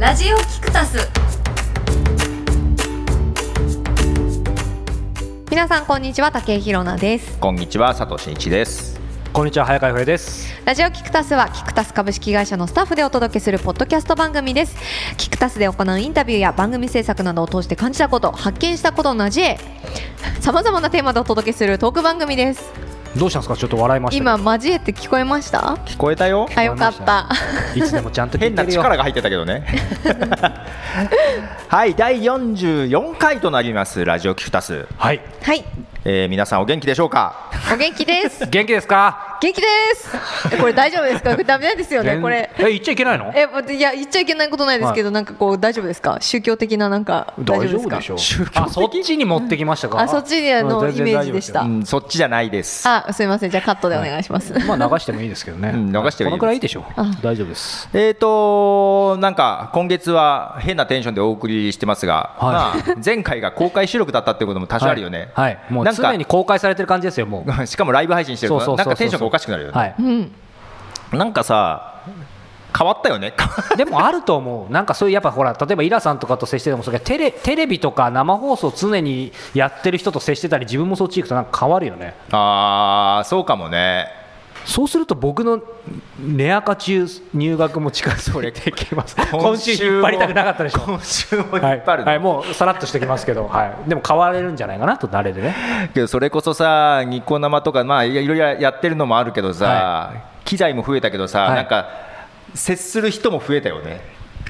ラジオキクタス皆さんこんにちは竹井ひろなですこんにちは佐藤真一です。こんにちは早川洋平です。ラジオキクタスはキクタス株式会社のスタッフでお届けするポッドキャスト番組ですキクタスで行うインタビューや番組制作などを通して感じたこと発見したことを交えさまざまなテーマでお届けするトーク番組ですどうしたんですかちょっと笑いました。今交えて聞こえました聞こえたよ。あよかったいつでもちゃんと聞変いてなるよ。力が入ってたけどね。はい、第44回となりますラジオキクタス。はい。はいえー、皆さんお元気でしょうか。お元気です元気ですか？元気ですえこれ大丈夫です かこれダメなんですよねこれえ言っちゃいけないの？えいや言っちゃいけないことないですけど、なんかこう大丈夫ですか宗教的ななんか大丈夫ですかょあそっちに持ってきましたか？あそっちにあのうん全然イメージでした大丈うん、そっちじゃないです。あすいませんじゃあカットでお願いします、夫ですよまあ流してもいいですけどね。うん流してもいいですこのくらいいいでしょあ。大丈夫です。えーとなんか今月は変なテンションでお送りしてますが、はまあ、前回が公開収録だったってことも多少あるよね、はい。はいもうなんか常に公開されてる感じですよもう。 しかもライブ配信してるからなんかテンションがおかしくなるよね、はい。うんなんかさ変わったよね でもあると思う、なんかそういうやっぱほら、例えばイラさんとかと接しててもそうだけどテレ、テレビとか生放送常にやってる人と接してたり、自分もそっち行くとなんか変わるよね、あーそうかもねそうすると僕の寝赤中入学も近づいて きます、今週引っ張りたくなかったでしょ、今週も引っはい張るのはい、もうさらっとしてきますけど、はい、でも変われるんじゃないかなと、慣れでね、けどそれこそさニコ生とかまあいろいろやってるのもあるけどさ、は機材も増えたけどさ、はいなんか接する人も増えたよね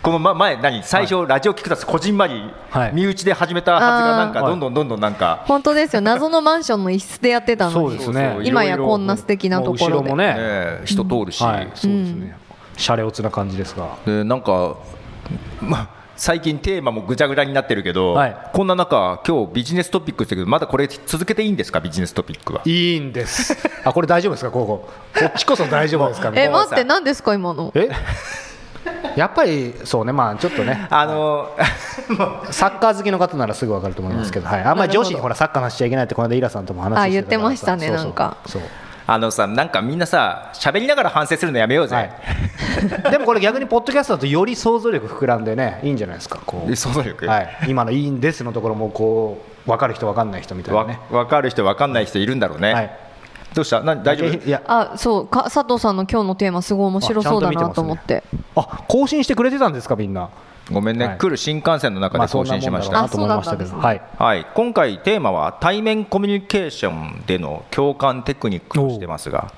このま前何最初、ラジオ聞くたつこじんまり、はい身内で始めたはずがなんかあーどんどんどんどんなんか、本当ですよ謎のマンションの一室でやってたのにそうですね今やいろいろこんな素敵なところもう後ろでもね、ね人通るし、はい、そうですね、シャレオツな感じですが、でなんか、まあ、最近テーマもぐちゃぐちゃになってるけど、はいこんな中今日ビジネストピックしてるけどまだこれ続けていいんですかビジネストピックはいいんです、あこれ大丈夫ですか、ここ、こっちこそ大丈夫ですか、え もうさ待って何ですか今のえやっぱりそうね、まあちょっとね、あの もうサッカー好きの方ならすぐ分かると思いますけど、はい、あんまり女子にほらサッカーの話しちゃいけないって、この間、イラさんとも話してあ言ってましたねからさなんかそうそうあのさなんかみんなさ喋りながら反省するのやめようぜ、そう はい、でもこれ、逆にポッドキャストだと、より想像力膨らんでね、いいんじゃないですか、こえ想像力う、はい、今のいいんですのところも、こう分かる人、分かんない人みたいなわね、分かる人分かんない人いるんだろうね、はい、どうしたな大丈夫いやあそうか佐藤さんの今日のテーマすごい面白そうだなと思ってあ更新してくれてたんですか、みんな。ごめんね、はい来る新幹線の中で更新しました、まあそんなもんだろうなと思いましたけど、あそうはい、はい、今回テーマは対面コミュニケーションでの共感テクニックをしてますが、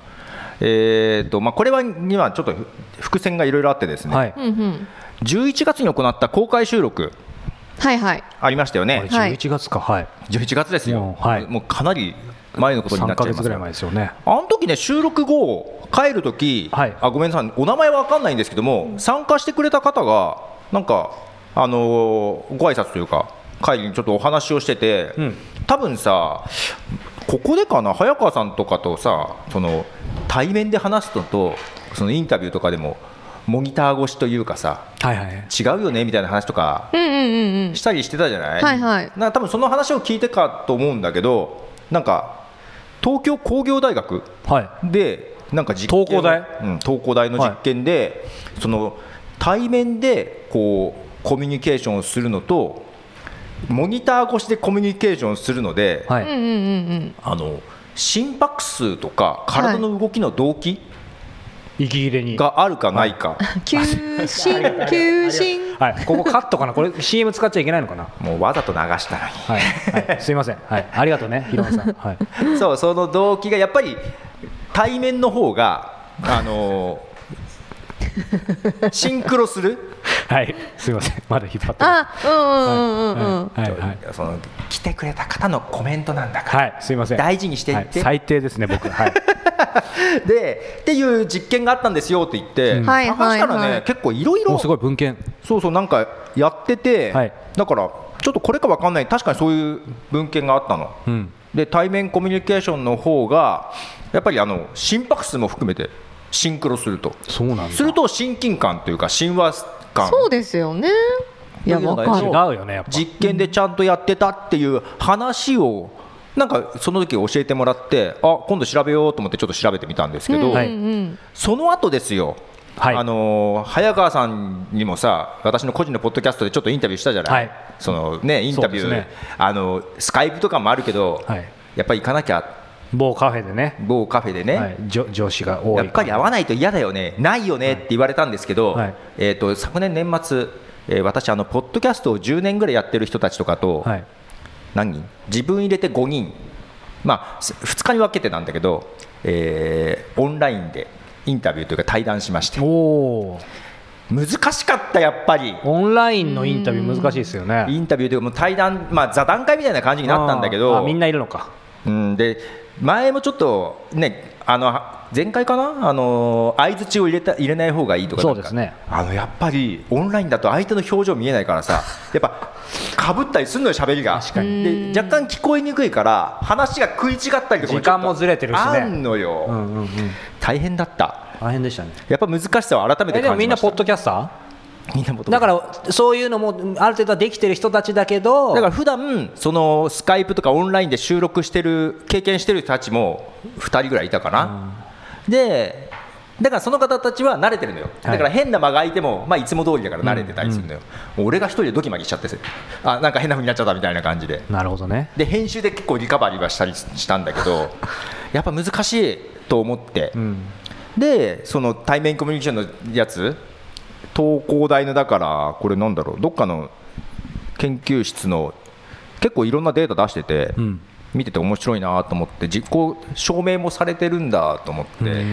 えーとまあ、これはにはちょっと伏線がいろいろあってですね、はいうんうん11月に行った公開収録はいはいありましたよこれね、はい11月か、はい、 11月ですよ、もうはいもうかなり前のことにな3っちかゃいま月すがぐらい前ですよね。あの時ね収録後帰る時、はいあごめんなさいお名前は分かんないんですけども参加してくれた方がなんかあのーご挨拶というか会議にちょっとお話をしてて、うん多分さここでかな早川さんとかとさその対面で話すのとそのインタビューとかでもモニター越しというかさはいはい、違うよねみたいな話とかうんうんうんうんしたりしてたじゃない、はいはいな多分その話を聞いてかと思うんだけどなんか東京工業大学はいでなんか実験東工大うん、東工大の実験で、その対面でこうコミュニケーションをするのとモニター越しでコミュニケーションするので、はいうんうんうんあの心拍数とか体の動きの動機息切れにがあるかないか、うん急進急進はい、ここカットかな、これ CM 使っちゃいけないのかな。 もうわざと流したのにはい、はい、すいません、はい、ありがとうね、ひろ さん。はい、 そうその動機がやっぱり対面の方があのシンクロするはい、すいません、まだ引っ張ってます。あうんうんうんうんうんはい、はい、はい、その来てくれた方のコメントなんだから、はいすいません。大事にしていはっい、て、最低ですね、僕。はい、でっていう実験があったんですよって言って、うんはい探したらね、はいはい結構いろいもろうすごい文献。そうそうなんかやってて、はいだからちょっとこれかわかんない確かにそういう文献があったの、うん、で対面コミュニケーションの方がやっぱりあの心拍数も含めてシンクロするとそうなんだ。すると親近感というか親和感そうですよねいやわか違るうよね、やっぱ。実験でちゃんとやってたっていう話をなんかその時教えてもらってあ今度調べようと思ってちょっと調べてみたんですけど、うんはいうんうんその後ですよはいあのー早川さんにもさ私の個人のポッドキャストでちょっとインタビューしたじゃない、はいそのね、インタビュそー、うですねあのスカイプとかもあるけど、はいやっぱり行かなきゃ某カフェでね、某カフェでね、はい、女上司が多いやっぱり会わなないいと嫌だよね、ないよねって言われたんですけど、はいえー、と昨年年末、えー私あの、ポッドキャストを10年ぐらいやってる人たちとかと、はい何人自分入れて5人、まあ、2日に分けてなんだけど、えーオンラインでインタビューというか対談しましておおー難しかった、やっぱり。オンラインのインタビュー難しいですよねインタビューというかもう対談、まあ、座談会みたいな感じになったんだけあーあどみんないるのかうん、で前もちょっとねあの前回かなあの相づちを入れた入れない方がいいとかそうなんかですねあのやっぱりオンラインだと相手の表情見えないから さやっぱかぶったりするのよ喋りが確かにで若干聞こえにくいから話が食い違ったりとかちょっと時間もずれてるしねあんのよ、うんうんうん大変だった大変でしたねやっぱ難しさを改めえてでも感みじんまなしたポッドキャスタみんなポッードだからそういうのもある程度はできてる人たちだけどだから普段そのスカイプとかオンラインで収録してる経験してる人たちも2人ぐらいいたかな、でだからその方たちは慣れてるのよ、はだいから変な間が空いても、まあ、いつも通りだから慣れてたりするのよ、俺が一人でドキマキしちゃってあなんか変な風になっちゃったみたいな感じでなるほどねで編集で結構リカバリーはしたりしたんだけ どやっぱ難しいと思って、うんでその対面コミュニケーションのやつ東工大のだからこれなんだろうどっかの研究室の結構いろんなデータ出してて、うん見てて面白いなと思って実行証明もされてるんだと思って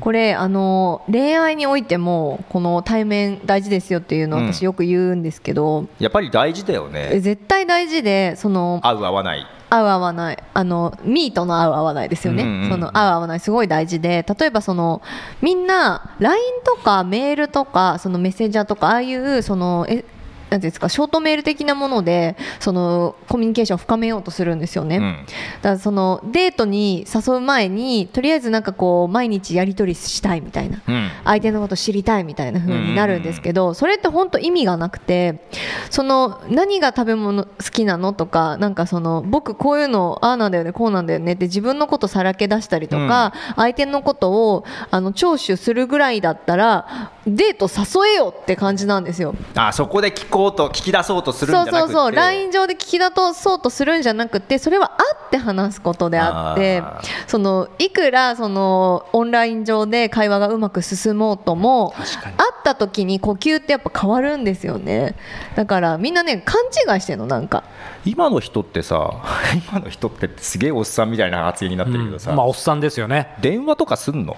これあの恋愛においてもこの対面大事ですよっていうのを私よく言うんですけど、やっぱり大事だよえね絶対大事でその合う合わない合う合わないあのミートの合う合わないですよね、うんうんうんその合う合わないすごい大事で例えばそのみんな LINE とかメールとかそのメッセンジャーとかああいうそのえなんていうんですかショートメール的なものでそのコミュニケーションを深めようとするんですよね、うんだからそのデートに誘う前にとりあえずなんかこう毎日やり取りしたいみたいな、うん相手のこと知りたいみたいな風になるんですけど、それって本当意味がなくてその何が食べ物好きなのとかなんかその僕こういうのああなんだよねこうなんだよねって自分のことさらけ出したりとか、相手のことをあの聴取するぐらいだったらデート誘えよって感じなんですよ。あそこで聞こうと聞き出そうとするんじゃなくそうてそうそう LINE 上で聞き出そうとするんじゃなくてそれは会って話すことであってあそのいくらそのオンライン上で会話がうまく進もうとも会確かにった時に呼吸ってやっぱ変わるんですよねだからみんなね勘違いしてんのなんか今の人ってさ 今の人ってすげえおっさんみたいな発言になってるけどさ、うんまあおっさんですよね電話とかすんの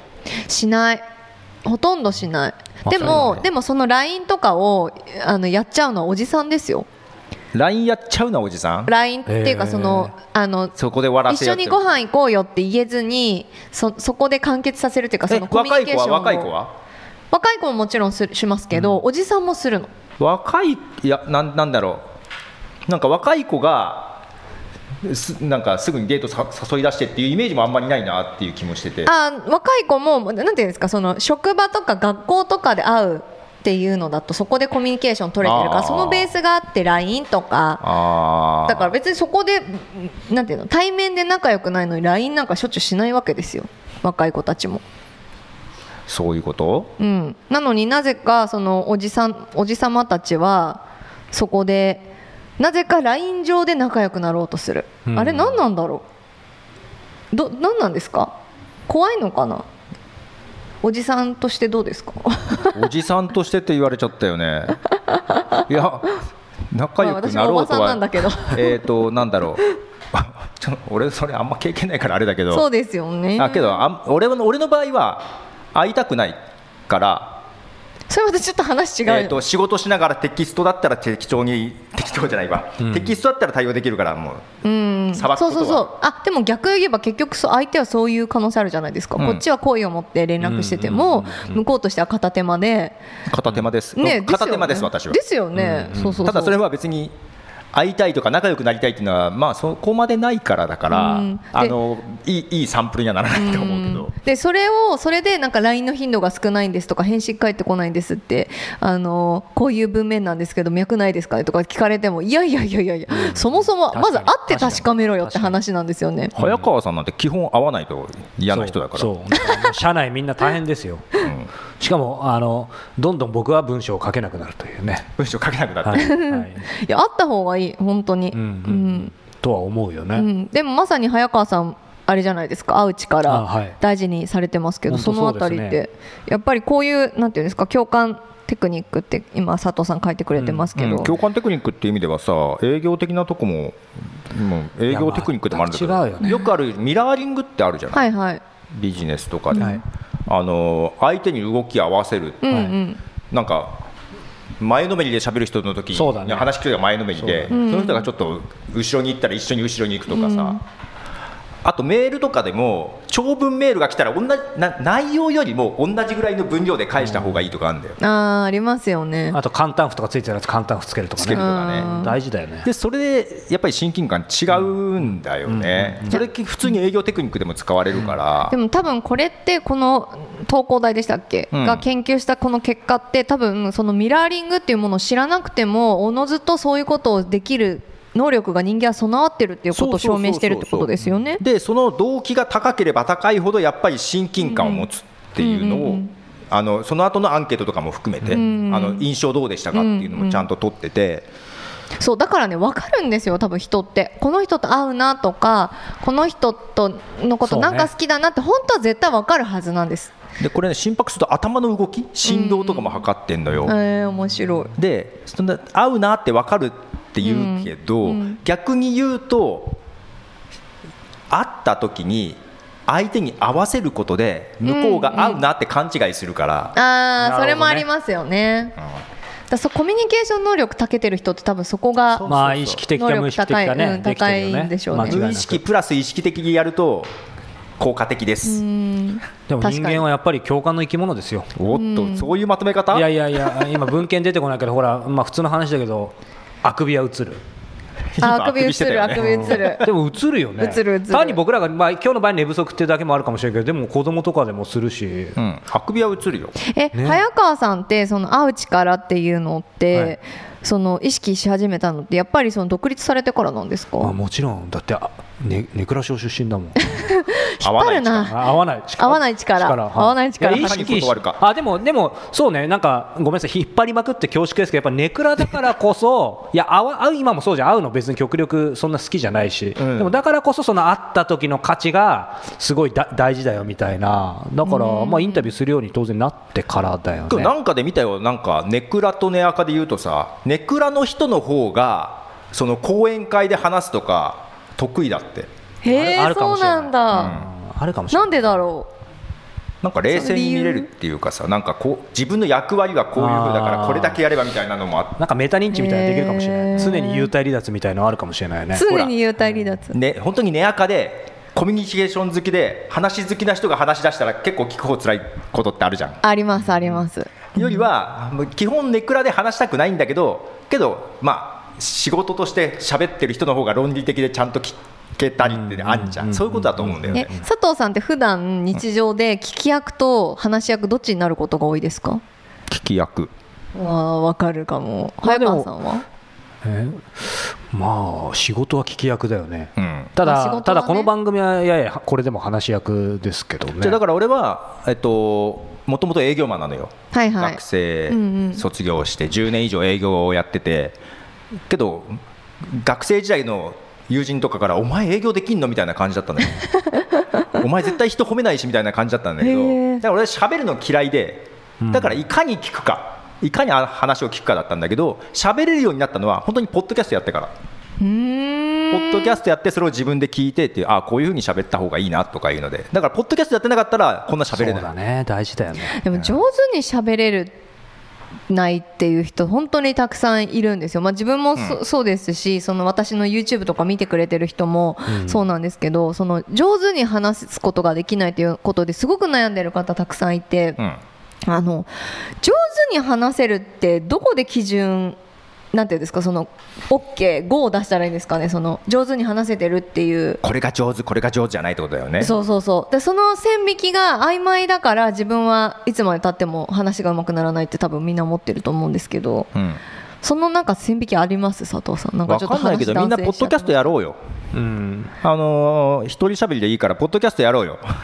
しないほとんどしないあでそうもなんだでもその LINE とかをあのやっちゃうのはおじさんですよ LINE やっちゃうなおじさん LINE っていうかその,、あのそこで終わらせ一緒ようってにご飯行こうよって言えずにそそこで完結させるというかそえのコミュニ若いケー子ショはンを若い子は若い子ももちろんするしますけど、おじさんもするの若いいやなんなんだろうなんか若い子がすなんかすぐにデートさ誘い出してっていうイメージもあんまりないなっていう気もしててあー若い子もなんていうんですかその職場とか学校とかで会うっていうのだとそこでコミュニケーション取れてるかあらーそのベースがあって LINE とかあーだから別にそこでなんていうの対面で仲良くないのに LINE なんかしょっちゅうしないわけですよ若い子たちも。そういうことうん、なのになぜかそのおじさんおじさまたちはそこでなぜか LINE 上で仲良くなろうとする、うんあれ何なんだろうど何なんですか怖いのかなおじさんとしてどうですかおじさんとしてって言われちゃったよねいや仲良くなまろあうと私もおばさはんなんだけど えっとなんだろう ちょっと俺それあんま経験ないからあれだけどそうですよねあけどあん俺の俺の場合は会いたくないからそれまたちょっと話違う、えー、と仕事しながらテキストだったら適当に適当じゃないわ、うんテキストだったら対応できるからもううん裁くことそうはそうそうあでも逆言えば結局そう相手はそういう可能性あるじゃないですか、うんこっちは好意を持って連絡してても、向こうとしては片手間で片手間です、ね、片手間ですよね私はですよね、そうそうそうただそれは別に会いたいとか仲良くなりたいっていうのは、まあ、そこまでないからだから、うんであのいいいいサンプルにはならないと思うけど。でそれをそれでなんか LINE の頻度が少ないんですとか返信返ってこないんですってあのこういう文面なんですけど脈ないですかねとか聞かれてもいやいやいやいやいや、そもそも確かまにず会って確かめろよって確かに話なんですよね。早川さんなんて基本会わないと嫌な人だからそうそうだからもう社内みんな大 変ですよ、しかもあのどんどん僕は文章を書けなくなるというね、文章書けなくなって、はいはいいや会った方がいい本当に、うんうんとは思うよね、うんでもまさに早川さんあれじゃないですか会うあ力はい大事にされてますけど、本そ当のそあうですたねりってやっぱりこういうなんていうんですか共感テクニックって今佐藤さん書いてくれてますけど、うん共感テクニックっていう意味ではさ営業的なとこも、もう営業テクニックでもあるんだけど、いやまあ違うよねくあるミラーリングってあるじゃない、はいはい、ビジネスとかで、はいあの相手に動き合わせる、うんうんはいなんか前のめりで喋る人の時にそうだね話聞く人が前のめりでそ,、そうだねの人がちょっと後ろに行ったら一緒に後ろに行くとかさ、あとメールとかでも長文メールが来たら同じな内容よりも同じぐらいの分量で返した方がいいとかあるんだよ、あーありますよね。あと簡単符とかついてるやつ簡単符つけるとかつけるとねかね、うん大事だよねでそれでやっぱり親近感違うんだよね、それ普通に営業テクニックでも使われるから、でも多分これってこの東工大でしたっけ、うんが研究したこの結果って多分そのミラーリングっていうものを知らなくてもおのずとそういうことをできる能力が人間は備わってるっていうことを証明してるってことですよね。でその動機が高ければ高いほどやっぱり親近感を持つっていうのを、うんうんあのその後のアンケートとかも含めて、んあの印象どうでしたかっていうのもちゃんと取ってて、そうだからね分かるんですよ多分人ってこの人と会うなとかこの人とのことそうねなんか好きだなって本当は絶対分かるはずなんです。でこれ、ね、心拍数と頭の動き振動とかも測ってんのよ、えー、面白い。でそんな合うなって分かるって言うけど、うんうん逆に言うと会った時に相手に合わせることで向こうが合うなって勘違いするから、ああ、なるほどねそれもありますよね。だそうコミュニケーション能力長けてる人って多分そこがそうまあ意識的か無意識的かね能力できて高いるようん高いんでしょうね間違い無な意く識プラス意識的にやると効果的でうす、んでも人間はやっぱり共感の生き物ですよおっと、そういうまとめ方いやいやいや今文献出てこないけどほらまあ普通の話だけどあくびは映るあ今あくび映してたる、よあねくび映る。でも映るよね映る映る単に僕らが、まあ、今日の場合寝不足っていうだけもあるかもしれないけどでも子供とかでもするし、うん、あくびは映るよえ、早川さんって、その会う力っていうのって、はいその意識し始めたのって、やっぱりその独立されてからなんですまあ、か。もちろんだってあね根倉小出身だもん引っ張るな。あ合わない 力合わない力はい合わない力や意識いかにし断るかあでもでもそうねなんかごめんなさい引っ張りまくって恐縮ですけどやっぱネクラだからこそ いや合わ合う今もそうじゃん合うの別に極力そんな好きじゃないし、うんでもだからこそその会った時の価値がすごいだ大事だよみたいなだから、まあインタビューするように当然なってからだよ今日ねなんかで見たよなんかネクラとネアカで言うとさネクラの人の方がその講演会で話すとか得意だってへえ、あるかそもうしれないなんだ。ああるかもしれなないんでだろなんか冷静に見れるっていうかさなんかこう自分の役割はこういうふうだかあらーこれだけやればみたいなのもあっなんかメタ認知みたいなのできるかもしれない、へー常に幽体離脱みたいなのあるかもしれないねう。常に幽体離脱て、。ね、本当にネアカでコミュニケーション好きで話好きな人が話し出したら結構聞く方辛いことってあるじゃん。あります、あります。よりはもう基本ネクラで話したくないんだけどけどまあ仕事として喋ってる人の方が論理的でちゃんと聞けたりってあんじゃんそういうことだと思うんだよえね。、佐藤さんって普段日常で聞き役と話し役どっちになることが多いですか。聞き役わあ、わかるかも。まあ早でも川さんは。えまあ仕事は聞き役だよね、うんたまあ仕だ、事はねただこの番組はややこれでも話し役ですけどねじゃあだから俺は、えっと、もともと営業マンなのよ、はいはい学生うんうん卒業して10年以上営業をやっててけど学生時代の友人とかからお前営業できんのみたいな感じだっ たのよお前絶対人褒めないしみたいな感じだったんだけへどーだから俺喋るの嫌いでだからいかに聞くか、いかに話を聞くかだったんだけど喋れるようになったのは本当にポッドキャストやってからうーん。ポッドキャストやってそれを自分で聞いてっていうあこういうふうに喋った方がいいなとかいうのでだからポッドキャストやってなかったらこんな喋れそうないだね大事だよねでも上手に喋れるないっていう人本当にたくさんいるんですよ、まあ、自分もそ,、うそうですしその私の YouTube とか見てくれてる人もそうなんですけど、その上手に話すことができないということですごく悩んでる方たくさんいて、うんあの上手に話せるってどこで基準なんていうんですかその OK 5を出したらいいんですかねその上手に話せてるっていうこれが上手これが上手じゃないってことだよねそうそうそうでその線引きが曖昧だから自分はいつまでたっても話がうまくならないって多分みんな思ってると思うんですけどうん、そのなんか線引きあります佐藤さんなんかわちょっとかんない話けどみんなポッドキャストややろうようん、あのー、一人喋りでいいからポッドキャストやろうよ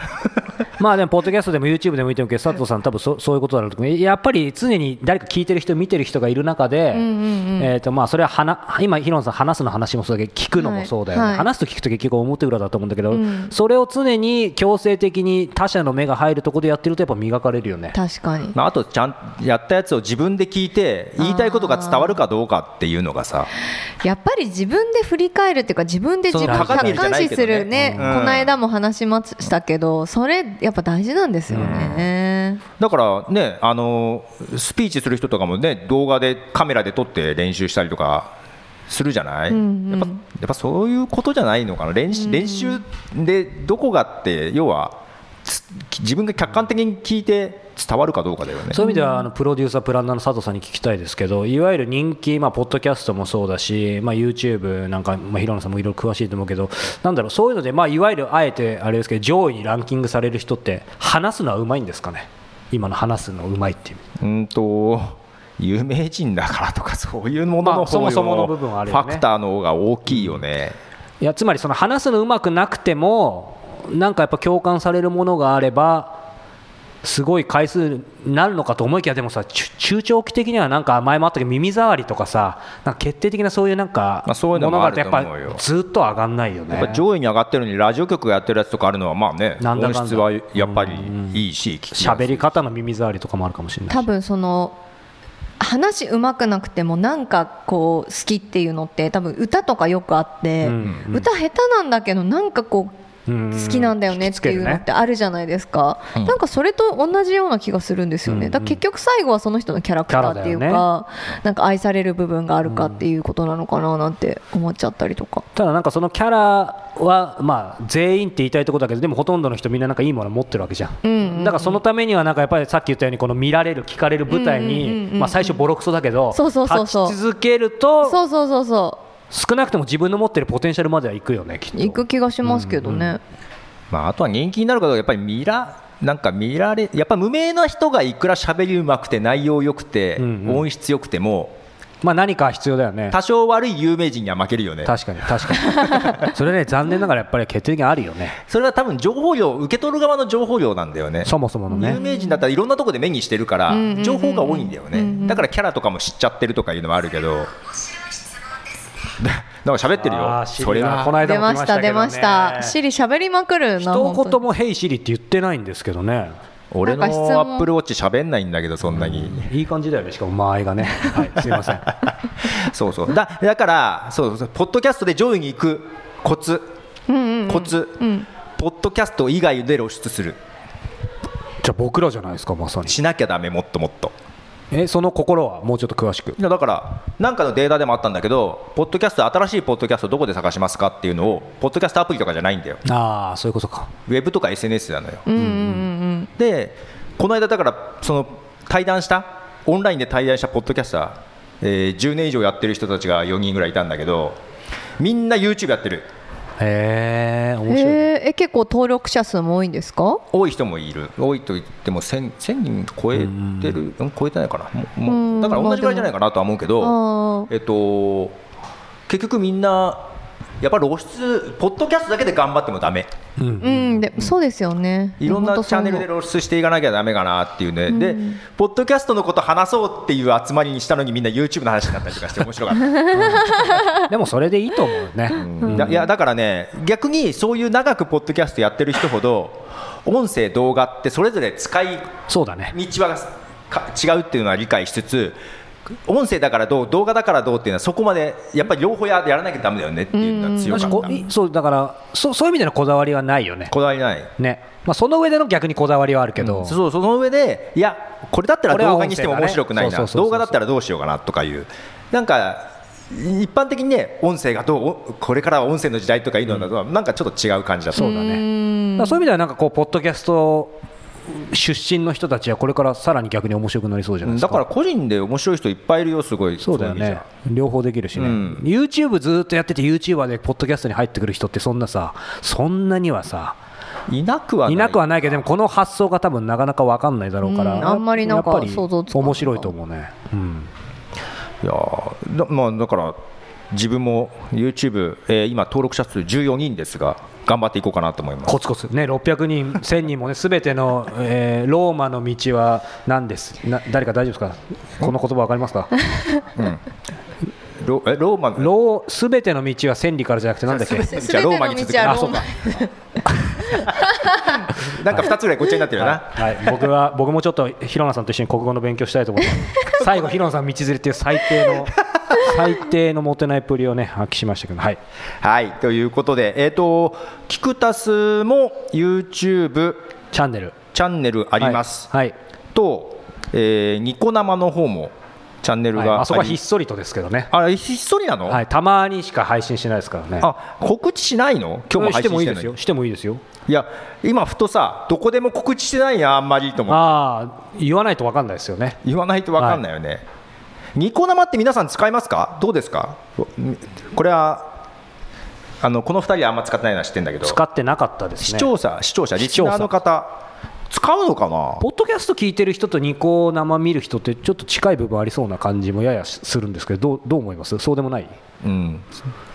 まあでも、ポッドキャストでも YouTube でもいいと思うけど、佐藤さん、多分そそういうことだろうと思うやっぱり常に誰か聞いてる人、見てる人がいる中で、うんうんうんえーとまあそれは話今、ヒロンさん、話すの話もそうだけど、聞くのもそうだよね、はいはい話すと聞くと結局表裏だと思うんだけど、うんそれを常に強制的に他者の目が入るところでやってると、やっぱ磨かれるよね。確かにまああとちゃんやったやつを自分で聞いて言いたいことが伝わるかどうかっていうのがさやっぱり自分で振り返るっていうか自分で自分そう客観視するねこ鏡じゃないけどねうんの間も話しましたけどそれやっぱ大事なんですよね、だからねあのースピーチする人とかもね動画でカメラで撮って練習したりとかするじゃない、うんうんやっぱやっぱそういうことじゃないのかな練習,、練習でどこがって要はつ自分が客観的に聞いて伝わるかどうかだよねそういう意味ではあのプロデューサー、プランナーの佐藤さんに聞きたいですけど、いわゆる人気、まあ、ポッドキャストもそうだし、まあ、YouTube なんか、まあ、平野さんもいろいろ詳しいと思うけど、なんだろう、そういうので、まあ、いわゆるあえてあれですけど、上位にランキングされる人って、話すのはうまいんですかね、今の話すのうまいっていう。うんと有名人だからとかそういうものまのあそ方もよそりものも部フ分はあるよねァクターの方が大きいよね。いやつまりその話すのうまくなくてもなんかやっぱ共感されるものがあればすごい回数になるのかと思いきやでもさちゅ中長期的にはなんか前もあったけど耳障りとかさなんか決定的なそういうなんかまあそういうのもがあるとやっ思うぱよずっと上がんないよね。やっぱ上位に上がってるのにラジオ局がやってるやつとかあるのはまあねなんだかん音だ質はやっぱりいいし聞きやすい喋り方の耳障りとかもあるかもしれないし多分その話うまくなくてもなんかこう好きっていうのって多分歌とかよくあって、うんうん歌下手なんだけどなんかこううん好きなんだよねっていうのってあるじゃないですか、うんなんかそれと同じような気がするんですよね、うんうんだから結局最後はその人のキャラクターっていうキャラだか、なんか愛される部分があるかっていうことなのかななんて思っちゃったりとか、ただなんかそのキャラはまあ全員って言いたいところだけどでもほとんどの人みんななんかいいもの持ってるわけじゃん,、うんうんうんだからそのためにはなんかやっぱりさっき言ったようにこの見られる聞かれる舞台うんうんうんにうんまあ最初ボロクソだけどそうそうそうそう立ち続けるとそうそうそうそ少なくとも自分の持ってるポテンシャルまではいくよねきっとう行く気がしますけどね、まあ、あとは人気になるかどうかやっぱり見らなんか見られやっぱ無名な人がいくら喋りうまくて内容良くて、うんうん音質良くてもまあ何か必要だよね多少悪い有名人には負けるよね確かに 確かにそれね残念ながらやっぱり決定的にあるよねそれは多分情報量受け取る側の情報量なんだよねそもそものね有名人だったらいろんなとこで目にしてるからうんうんうん情報が多いんだようんうんねだからキャラとかも知っちゃってるとかいうのはあるけど なんか喋ってるあよーシリそれあはこの間出もま来まししたたけ出ど、ね、ましたシリ喋りまくるな一言本も「ヘイシリ」って言ってないんですけどね俺のなんか質問アップルウォッチ喋んないんだけどそんなにいい感じだよねしかも間合いがね、はい、すいませんそうそうだだからそうそうポッドキャストで上位に行くコツ当にうんうんうんコツ、うんポッドキャスト以外で露出するじゃあ僕らじゃないですかまさにしなきゃダメもっともっとえその心はもうちょっと詳しくいやだから何かのデータでもあったんだけどポッドキャスト新しいポッドキャストどこで探しますかっていうのをポッドキャストアプリとかじゃないんだよああそういうことかウェブとか SNS なのようんうんうんでこの間だからその対談したオンラインで対談したポッドキャスター、えー10年以上やってる人たちが4人ぐらいいたんだけどみんな YouTube やってるへえうん面白いね、へーえ結構登録者数も多いんですか多い人もいる多いと言っても 1000, 1000人超えてる、うん超えてないかなもうもううんだから同じぐらいじゃないかなとは思うけど、あーえっと、結局みんなやっぱ露出ポッドキャストだけで頑張ってもダメうんうんでそうですよねいろんな本当チそうャン思ネうルで露出していかなきゃダメかなっていうね、でポッドキャストのこと話そうっていう集まりにしたのにみんな YouTube の話になったりとかして面白かったでもそれでいいと思うね、だいやだからね逆にそういう長くポッドキャストやってる人ほど音声動画ってそれぞれ使いそうだね道はか違うっていうのは理解しつつ音声だからどう動画だからどうっていうのはそこまでやっぱり両方ややらなきゃダメだよねっていうのは強だかしっこたいそうだからそそういう意味でのこだわりはないよねこだわりないね、まあ、その上での逆にこだわりはあるけど、そうそうその上でいやこれだったらこれは動画にしても音声面だね白くないそなうそうそうそ動う画だったらどうしようかなとかいうなんか一般的にね音声がどうおこれからは音声の時代とかいうのだとはなんかちょっと違う感じだったそうだねだからそういう意味ではなんかこうポッドキャスト出身の人たちはこれからさらに逆に面白くなりそうじゃないですかだから個人で面白い人いっぱいいるよすごいそうだよい意味じねゃ両方できるしね、うん YouTube ずっとやってて YouTuber でポッドキャストに入ってくる人ってそんなさそんなにはさいなくはないいなくはないけどでもこの発想が多分なかなか分かんないだろうから、うんあんまりなんかやっぱり想像つかない面白いと思うね、うん、いやーだ,、まあ、だから自分も YouTube、えー今登録者数14人ですが頑張っていこうかなと思いますコツコツね600人1000人もね全ての、えーローマの道は何ですな誰か大丈夫ですかこの言葉分かりま すかロえローマのロー全ての道は千里からじゃなくてなんだっけすじゃあローマに続けああそそううかかなんか2つぐらいごっちゃになってるよな、はい、僕は 僕もちょっとひろなさんと一緒に国語の勉強したいと 思います。最後ひろなさん道連れっていう最低の最低のモテないっぷりをね発揮しましたけど、はい、はいということでえっ、とキクタスも YouTube チャンネルチャンネルああります、はい、と、えーニコ生の方もチャンネルはいがあり、あそこはひっそりとですけどね。あれひっそりなの、はい、たまにしか配信しないですからね。あ告知しないの今日も配信してもいいるですよ。してもいいですよ。いや今ふとさどこでも告知してないなあんまりと思ってああ、言わないとわかんないですよね。言わないと分かんないよね、ニコ生って皆さん使いますかどうですかこれはあのこの2人はあんま使ってないのは知ってるんだけど使ってなかったですね。視聴者視聴者リ視ス聴者ナーの方使うのかなポッドキャスト聞いてる人とニコ生見る人ってちょっと近い部分ありそうな感じもややするんですけど、どうどう思います？そうでもない？うん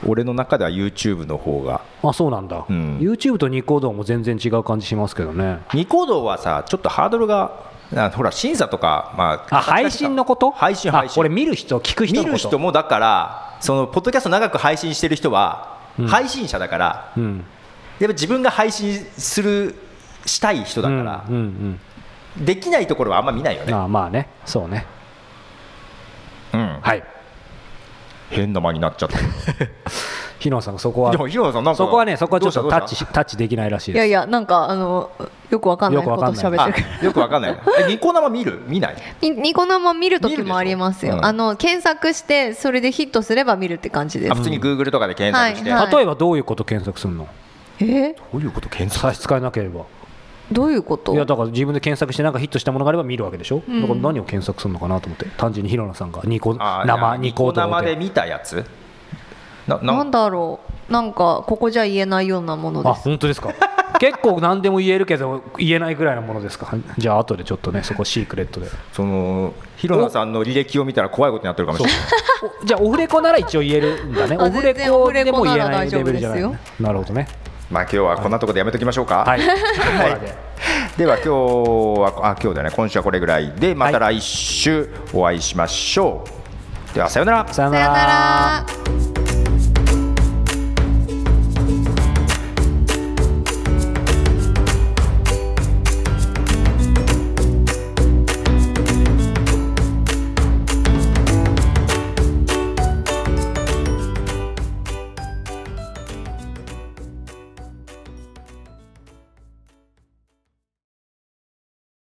俺の中では YouTube の方があそうなんだ、うん YouTube とニコ動も全然違う感じしますけどねニコ動はさちょっとハードルがあほら審査とか、まあ、あ配信のこと配信配あ信これ見る人聞く人の見ことる人もだからそのポッドキャスト長く配信してる人は、うん配信者だからうんやっぱ自分が配信するしたい人だから、うんうんできないところはあんま見ないようん、ね、ああまあねそうねうんはい変な間になっちゃったで日野さんそこはもヒロさんなんかそこはねそこはちょっとどうしタたッチしタッチできないらしいいやでいやなんかあのよくわかんないこと喋どうってしるたあよくわかんないえニコ生見る見ないニニコ生見る時もありますよ、見るでしょうんあの検索してそれでヒットすれば見るって感じであす普通に Google とかで検索して、はいはいす例えばどういうこと検索するのえどういうこと検差し支えなければどういうこといやだから自分で検索してなんかヒットしたものがあれば見るわけでしょ、んだから何を検索するのかなと思って単純に日野さんがニコあ生ニコ動生でで見たやつなななんだろうなんかここじゃ言えないようなものあです本当ですか 結構何でも言えるけど言えないぐらいのものですかじゃあ後でちょっとねそこシークレッ トでそのヒロナさんの履歴を見たら怖いことになってるかもしれないおじゃあオフレコなら一応言えるんだ ねあオフレ全然オコフレでコも言なえらないレベルじゃない大丈夫ねでなるほどね まあ今日はこんなところでやめときましょうか、はいでは今日はあ今日だね今週はこれぐらいでまた来週お会いしましょう、ではさようならさよさよなら